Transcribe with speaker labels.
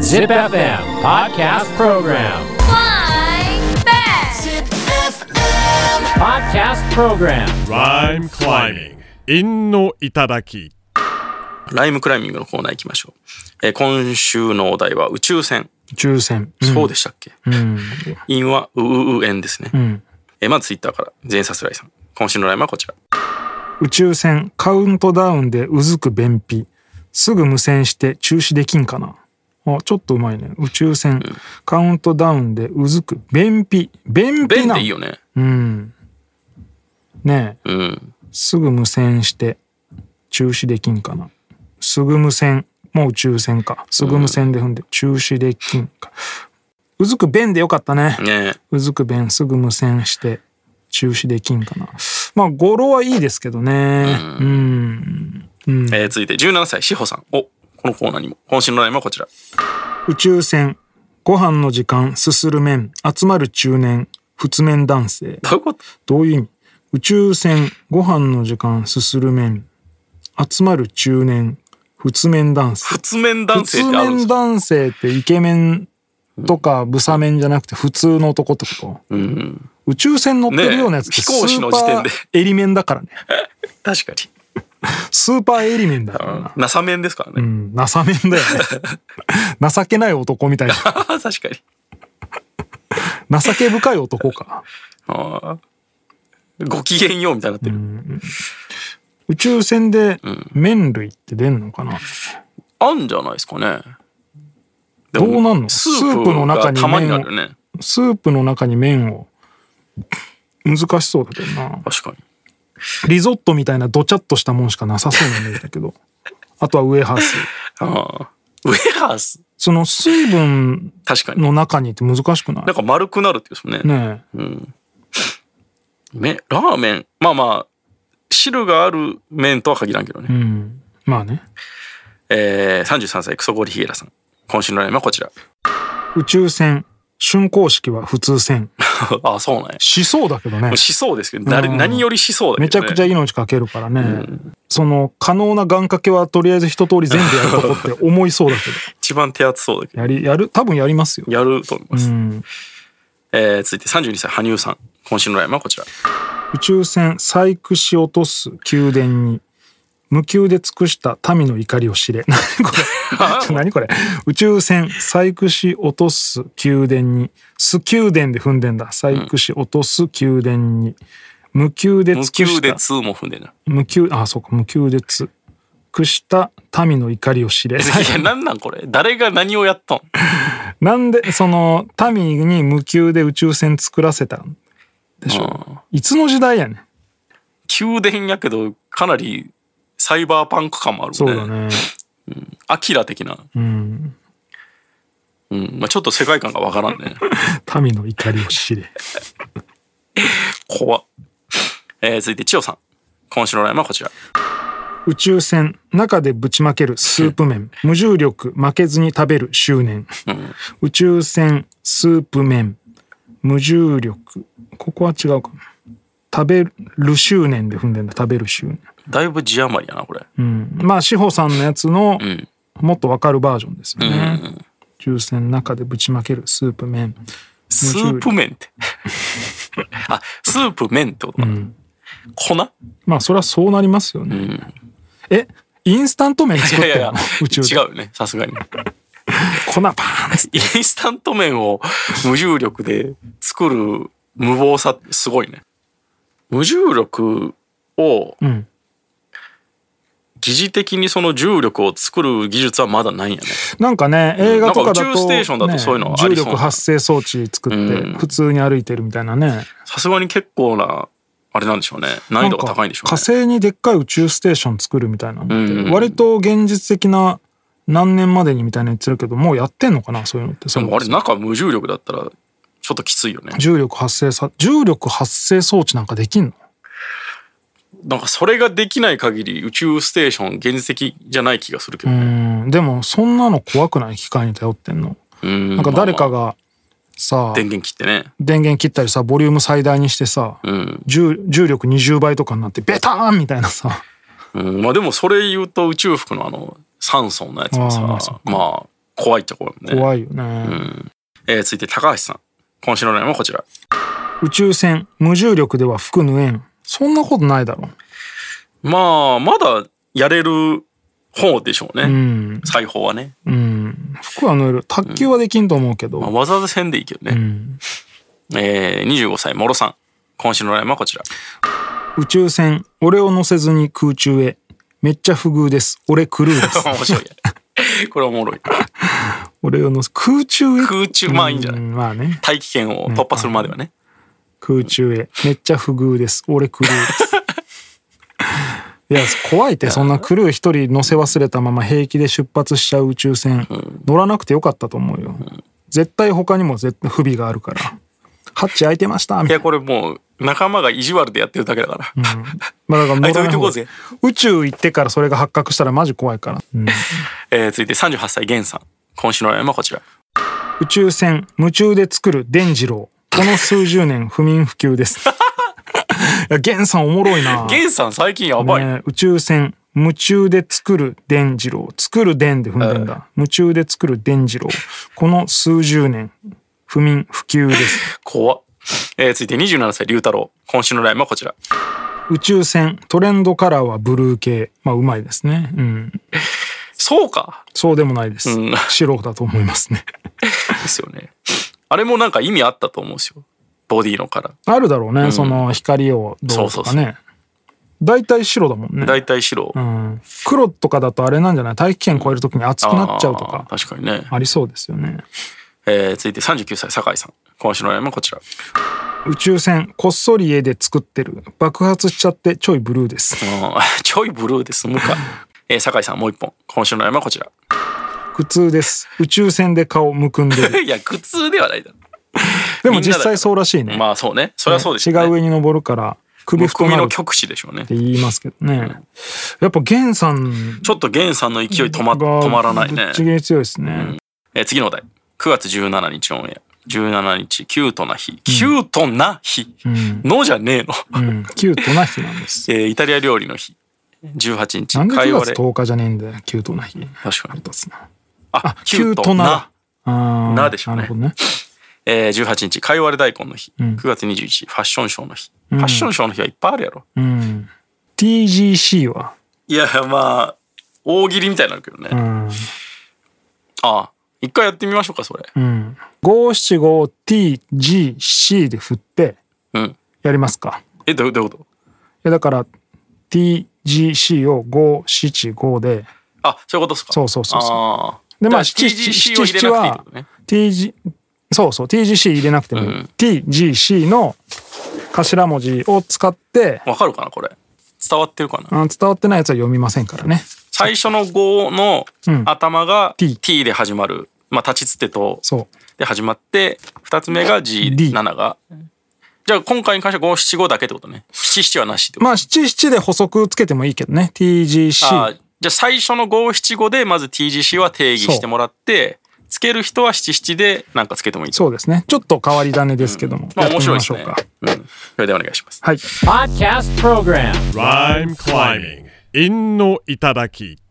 Speaker 1: Zip FM Podcast Program.
Speaker 2: Flying back.
Speaker 1: Podcast Program.
Speaker 3: Rhyme climbing. 陰の頂き。
Speaker 4: ライムクライミングのコーナー行きましょう。えー今週のお題は宇宙船。
Speaker 5: 抽選。
Speaker 4: そうでしたっけ、
Speaker 5: うん。
Speaker 4: 陰はうううえんですね。
Speaker 5: うん。
Speaker 4: えーまずツイッターから、全さすらいさん。今週のライムはこちら。
Speaker 5: 宇宙船カウントダウンでうずく便秘。すぐ無線して中止できんかな。あ、ちょっとうまいね。宇宙船カウントダウンでうずく便秘。便秘
Speaker 4: 便っ
Speaker 5: な
Speaker 4: て
Speaker 5: ん
Speaker 4: いいよね。
Speaker 5: うん。ねえ、
Speaker 4: うん。
Speaker 5: すぐ無線して中止できんかな。すぐ無線、もう宇宙船か。すぐ無線で踏んで中止できんか。うずく便でよかったね。
Speaker 4: ね
Speaker 5: うずく弁すぐ無線して中止できんかな。まあ語呂はいいですけどね。うん。
Speaker 4: ええー続いて17歳、しほさん。お、このコーナーにも。今週のライムはこちら。
Speaker 5: 宇宙船。ご飯の時間、すする面、集まる中年、仏面男性。
Speaker 4: どういうこと
Speaker 5: どういう意味宇宙船、ご飯の時間、すする面、集まる中年、仏面男性。
Speaker 4: 仏面男性
Speaker 5: 仏
Speaker 4: ってあるんです
Speaker 5: 面
Speaker 4: か
Speaker 5: 男性ってイケメンとか、ブサメンじゃなくて普通の男ってこと
Speaker 4: うん。
Speaker 5: 宇宙船乗ってるようなやつって
Speaker 4: ねえ飛
Speaker 5: ス
Speaker 4: 行士
Speaker 5: ー
Speaker 4: の
Speaker 5: パ
Speaker 4: 時点で
Speaker 5: ーエリメンだからね。
Speaker 4: 確かに。
Speaker 5: スーパーエリメンだから
Speaker 4: うん
Speaker 5: な。
Speaker 4: なさ面ですから
Speaker 5: う
Speaker 4: ね。
Speaker 5: ん、情面だよね。情けない男みた い
Speaker 4: 確かに。
Speaker 5: な。情け深い男か。
Speaker 4: あーご機嫌ようみたいになってる。
Speaker 5: 宇宙船で麺類って出んのかな、
Speaker 4: あんじゃないですかね。で
Speaker 5: どうなんの
Speaker 4: ス
Speaker 5: ス
Speaker 4: ー
Speaker 5: ー
Speaker 4: プ
Speaker 5: プの中に
Speaker 4: がたまにあるね。
Speaker 5: スープの中に麺を。難しそうだけどな。
Speaker 4: 確かに。
Speaker 5: リゾットみたいなドチャッとしたもんしかなさそうな麺だけど。あとはウエハース。
Speaker 4: ああ。ウェハース
Speaker 5: その水分
Speaker 4: 確かに。
Speaker 5: の中にって難しくない
Speaker 4: なんか丸くなるっていうんですよね。
Speaker 5: ねえ。
Speaker 4: うん。め、ラーメン。まあまあ、汁がある麺とは限らんけどね。
Speaker 5: うん。まあね。
Speaker 4: えー、33歳、クソゴリヒゲラさん。今週のラインはこちら。
Speaker 5: 宇宙船、竣工式は普通船。
Speaker 4: ああ、そうなんや。
Speaker 5: しそうだけどね
Speaker 4: もう。しそうですけど、誰
Speaker 5: うん
Speaker 4: 何よりしそうだ
Speaker 5: め
Speaker 4: け
Speaker 5: ち
Speaker 4: ど、
Speaker 5: ゃ
Speaker 4: ね。
Speaker 5: くちゃ
Speaker 4: ゃくち
Speaker 5: 命かけるからね、その可能な願掛けはとりあえず一通り全部やるとこって思いそうだけ
Speaker 4: ゃ。一番手厚そうだけ
Speaker 5: どやりやる多分やりますよ、
Speaker 4: ど。やると思いま
Speaker 5: う
Speaker 4: す。
Speaker 5: ん、
Speaker 4: えー、続いて32歳、羽生さん。今週のラインはこちら。
Speaker 5: 宇宙船細工し落とす宮殿に無給で尽くした民の怒りを知れ 何こ れ何これ宇宙船細工し落とす宮殿にす宮殿で踏んでんだ細工し落とす宮殿に無給で尽
Speaker 4: 無
Speaker 5: くし
Speaker 4: 給
Speaker 5: た
Speaker 4: で2も踏んでな。
Speaker 5: 無給あそうか無給で尽くした民の怒りを知 れ
Speaker 4: いや、なんなんこれ。誰が何をやったん
Speaker 5: なんでその民に無給で宇宙船作らせたんでしょう
Speaker 4: うん
Speaker 5: いつの時代やねん
Speaker 4: 宮殿やけど、かなりサイバーパンク感もあるね。
Speaker 5: そうだ。 ね
Speaker 4: アキラ的な。
Speaker 5: うん
Speaker 4: うん。まあちょっと世界観がわからん ね。
Speaker 5: 民の怒りを知れ
Speaker 4: 怖っえー、続いて、千代さん。今週のラインはこちら。
Speaker 5: 宇宙船中でぶちまけるスープ麺無重力負けずに食べる執念
Speaker 4: うん。
Speaker 5: 宇宙船スープ麺無重力ここは違うかな食べる執念で踏んでんだ食べる執念
Speaker 4: だいぶ字余りやな、これ。
Speaker 5: うんまあ志保さんのやつの
Speaker 4: ん
Speaker 5: もっとわかるバージョンですよ
Speaker 4: う
Speaker 5: ね、
Speaker 4: ん。
Speaker 5: 抽選の中でぶちまけるスープ麺
Speaker 4: スープ麺 って。あ、スープ麺ってことかな。粉
Speaker 5: まあそれはそうなりますよね、
Speaker 4: ん
Speaker 5: えインスタント麺作
Speaker 4: い
Speaker 5: っ
Speaker 4: や
Speaker 5: て
Speaker 4: い
Speaker 5: る
Speaker 4: や
Speaker 5: の
Speaker 4: いや、
Speaker 5: 宇宙で
Speaker 4: 違うよね、さすがに。
Speaker 5: 粉パーンっつっ て
Speaker 4: インスタント麺を無重力で作る無謀さ、すごいね。無重力を
Speaker 5: うん
Speaker 4: 疑似的にその重力を作る技術はまだないんやね。
Speaker 5: なんかね映画とかだと、
Speaker 4: なんか宇宙ステーションだと
Speaker 5: ね
Speaker 4: そういうのありそう
Speaker 5: 重
Speaker 4: な
Speaker 5: 力発生装置作って
Speaker 4: うん
Speaker 5: 普通に歩いてるみたいなね
Speaker 4: さすがに結構な、あれなんでしょうね。難易度が高いんでしょう
Speaker 5: な
Speaker 4: ね
Speaker 5: か。火星にでっかい宇宙ステーション作るみたいなのって、
Speaker 4: うんうん
Speaker 5: 割と現実的な何年までにみたいなの言ってるけどもうやってんのかなそういうのって
Speaker 4: でもあれ中無重力だったらちょっときついよね。
Speaker 5: 重力発生さ重力発生装置なんかできんの
Speaker 4: なんかそれができない限り宇宙ステーション現実的じゃない気がするけど
Speaker 5: う
Speaker 4: ね。
Speaker 5: んでもそんなの怖くない機械に頼ってんの
Speaker 4: な
Speaker 5: なんか誰か
Speaker 4: が
Speaker 5: がさ
Speaker 4: 電源切ってね。
Speaker 5: 電源切ったりさボリューム最大にしてさ
Speaker 4: うん。
Speaker 5: 重重力20倍とかになってベターンみたいなさ
Speaker 4: うんまあでもそれ言うと宇宙服のあの三層のやつもさ、
Speaker 5: あーま
Speaker 4: ま
Speaker 5: あそ
Speaker 4: あ、怖いっちゃ怖いもんね。
Speaker 5: 怖いよね、
Speaker 4: えー続いて高橋さん。今週の悩みはこちら。
Speaker 5: 宇宙船無重力では服ぬえんそんなことないだろ
Speaker 4: まあ、まだやれる方でしょうね。
Speaker 5: うん
Speaker 4: 裁縫はね。
Speaker 5: うん服は縫える卓球はできんと思うけど、
Speaker 4: まあ、わざわざせんでいいけど
Speaker 5: う
Speaker 4: ね。
Speaker 5: ん、
Speaker 4: えー、25歳、もろさん。今週の悩みはこ ちら。
Speaker 5: 宇宙船俺を乗せずに空中へめっちゃ不遇です俺クルーです
Speaker 4: 面白いや。これおもろい。
Speaker 5: 俺を乗せ空中へ
Speaker 4: 空中、まあいいんじゃない、
Speaker 5: うんまあね
Speaker 4: 大気圏を突破するまではね。
Speaker 5: 空中へめっちゃ不遇です俺クルー ですいや怖いってそんなクルー一人乗せ忘れたまま平気で出発しちゃう宇宙船、乗らなくてよかったと思うよ、絶対他にも絶対不備があるからハッチ開いてましたみ
Speaker 4: い
Speaker 5: たい
Speaker 4: や、これもう、仲間が意地悪でやってるだけだから。
Speaker 5: な、うんまあだから乗らない方が
Speaker 4: 開いておいて
Speaker 5: 宇宙行ってからそれが発覚したらマジ怖いから、うん
Speaker 4: えー、続いて38歳、ゲンさん。今週の悩みはこちら。
Speaker 5: 宇宙船夢中で作る伝次郎この数十年不眠不休です いや源さんおもろいな
Speaker 4: ゲンさん最近やばいね。
Speaker 5: ね宇宙船夢中で作る伝次郎作る伝で踏んでんだ、夢中で作る伝次郎この数十年不眠不休です
Speaker 4: 怖っ。えー、続いて27歳、龍太郎。今週のラインはこちら。
Speaker 5: 宇宙船トレンドカラーはブルー系まあうまいですねうん
Speaker 4: そうか
Speaker 5: そうでもないです、
Speaker 4: うん
Speaker 5: 白だと思いますね
Speaker 4: ですよね。あれもなんか意味あったと思うんですよ。ボディのカラ
Speaker 5: あるだろうね、その光をどう
Speaker 4: そ
Speaker 5: と
Speaker 4: うそう
Speaker 5: か
Speaker 4: そ
Speaker 5: ね大体白だもん
Speaker 4: ー。
Speaker 5: ね
Speaker 4: だいたい白。
Speaker 5: うん、黒とかだとあれなんじゃない大気圏超えるときに熱くなっちゃうとか
Speaker 4: あー確かにね。
Speaker 5: ありそうですよね
Speaker 4: えー、続いて39歳、酒井さん。今週のラインはこちら。
Speaker 5: 宇宙船こっそり家で作ってる爆発しちゃってちょいブルーです
Speaker 4: うん ちょいブルーで済むか。えー、酒井さんもう一本。今週のラインはこちら。
Speaker 5: 苦痛です宇宙船で顔むくん でる
Speaker 4: いや、苦痛ではないだろ。み
Speaker 5: でも
Speaker 4: んなだ
Speaker 5: 実際そうらしいね,、
Speaker 4: まあそうね。それはそうでしょ
Speaker 5: 違
Speaker 4: うね。
Speaker 5: う上に登るから首
Speaker 4: む
Speaker 5: 太
Speaker 4: く
Speaker 5: く
Speaker 4: み
Speaker 5: なるっ
Speaker 4: の
Speaker 5: て
Speaker 4: 極致でしょうね。
Speaker 5: 言いますけどねやっぱ源さん
Speaker 4: ちょっとゲンさんの勢い止ま
Speaker 5: が
Speaker 4: 止まらないね
Speaker 5: ぶっ。ちぎり強いですね、
Speaker 4: えー次のお題。9月17日オンエア。17日、キュートな日。キュートな日、
Speaker 5: うん
Speaker 4: のじゃねえの。
Speaker 5: うん、キュートな日なんです
Speaker 4: えーイタリア料理の日。18日、
Speaker 5: なんで
Speaker 4: 会
Speaker 5: 9
Speaker 4: 話で。
Speaker 5: 月10日じゃねえんだよキュートな日
Speaker 4: 確かに。
Speaker 5: 立つな
Speaker 4: あ、キ
Speaker 5: キ
Speaker 4: ュ
Speaker 5: ュ
Speaker 4: ー
Speaker 5: ー
Speaker 4: ト
Speaker 5: ト
Speaker 4: な
Speaker 5: な。あー
Speaker 4: なでしょうね
Speaker 5: なるほどね
Speaker 4: えー、18日、かいわれ大根の日。
Speaker 5: ん
Speaker 4: 9月21日、ファッションショーの日。ファッションショーの日はいっぱいあるやろ。
Speaker 5: うん、TGC はい
Speaker 4: や、まあ、大喜利みたいになるけどね。
Speaker 5: うん
Speaker 4: ああ、一回やってみましょうか、それ。
Speaker 5: うん五七五 TGC で振って
Speaker 4: うん。
Speaker 5: やりますか
Speaker 4: え、どうどういうこと
Speaker 5: いやだから TGC を五七五で
Speaker 4: あ、そういうことっすか。
Speaker 5: そうそうそうそう
Speaker 4: あー
Speaker 5: で
Speaker 4: だか
Speaker 5: まあ
Speaker 4: ら
Speaker 5: 七七
Speaker 4: TGC を入れ
Speaker 5: 七
Speaker 4: なくていいっ
Speaker 5: は
Speaker 4: てことね。
Speaker 5: TG そうそう TGC 入れなくてもいい、
Speaker 4: うん
Speaker 5: TGC の頭文字を使って
Speaker 4: わかるかな、これ。伝わってるかな。
Speaker 5: あー伝わってないやつは読みませんからね
Speaker 4: 最初の5の
Speaker 5: ん
Speaker 4: 頭が
Speaker 5: T
Speaker 4: T で始まる。まあ、立ちつてと
Speaker 5: そ
Speaker 4: で始まって2つ目が
Speaker 5: D
Speaker 4: G7 がじゃあ今回に関しては575だけってことね77はなしってこ
Speaker 5: う
Speaker 4: と、
Speaker 5: まあ七七で補足つけてもいいけどね
Speaker 4: あー
Speaker 5: TGC
Speaker 4: じゃあ最初の575でまず TGC は定義してもらってつける人は77でなんかつけてもいいと
Speaker 5: そうですねちょっと変わり種ですけども、
Speaker 4: まあ
Speaker 5: やって
Speaker 4: 面
Speaker 5: み
Speaker 4: 白い
Speaker 5: ま
Speaker 4: で
Speaker 5: し
Speaker 4: す
Speaker 5: ょう
Speaker 4: ね
Speaker 5: か、
Speaker 4: うん、それではお願いします
Speaker 5: はい
Speaker 1: Podcast Program
Speaker 3: Rhyme climbing. In no i t a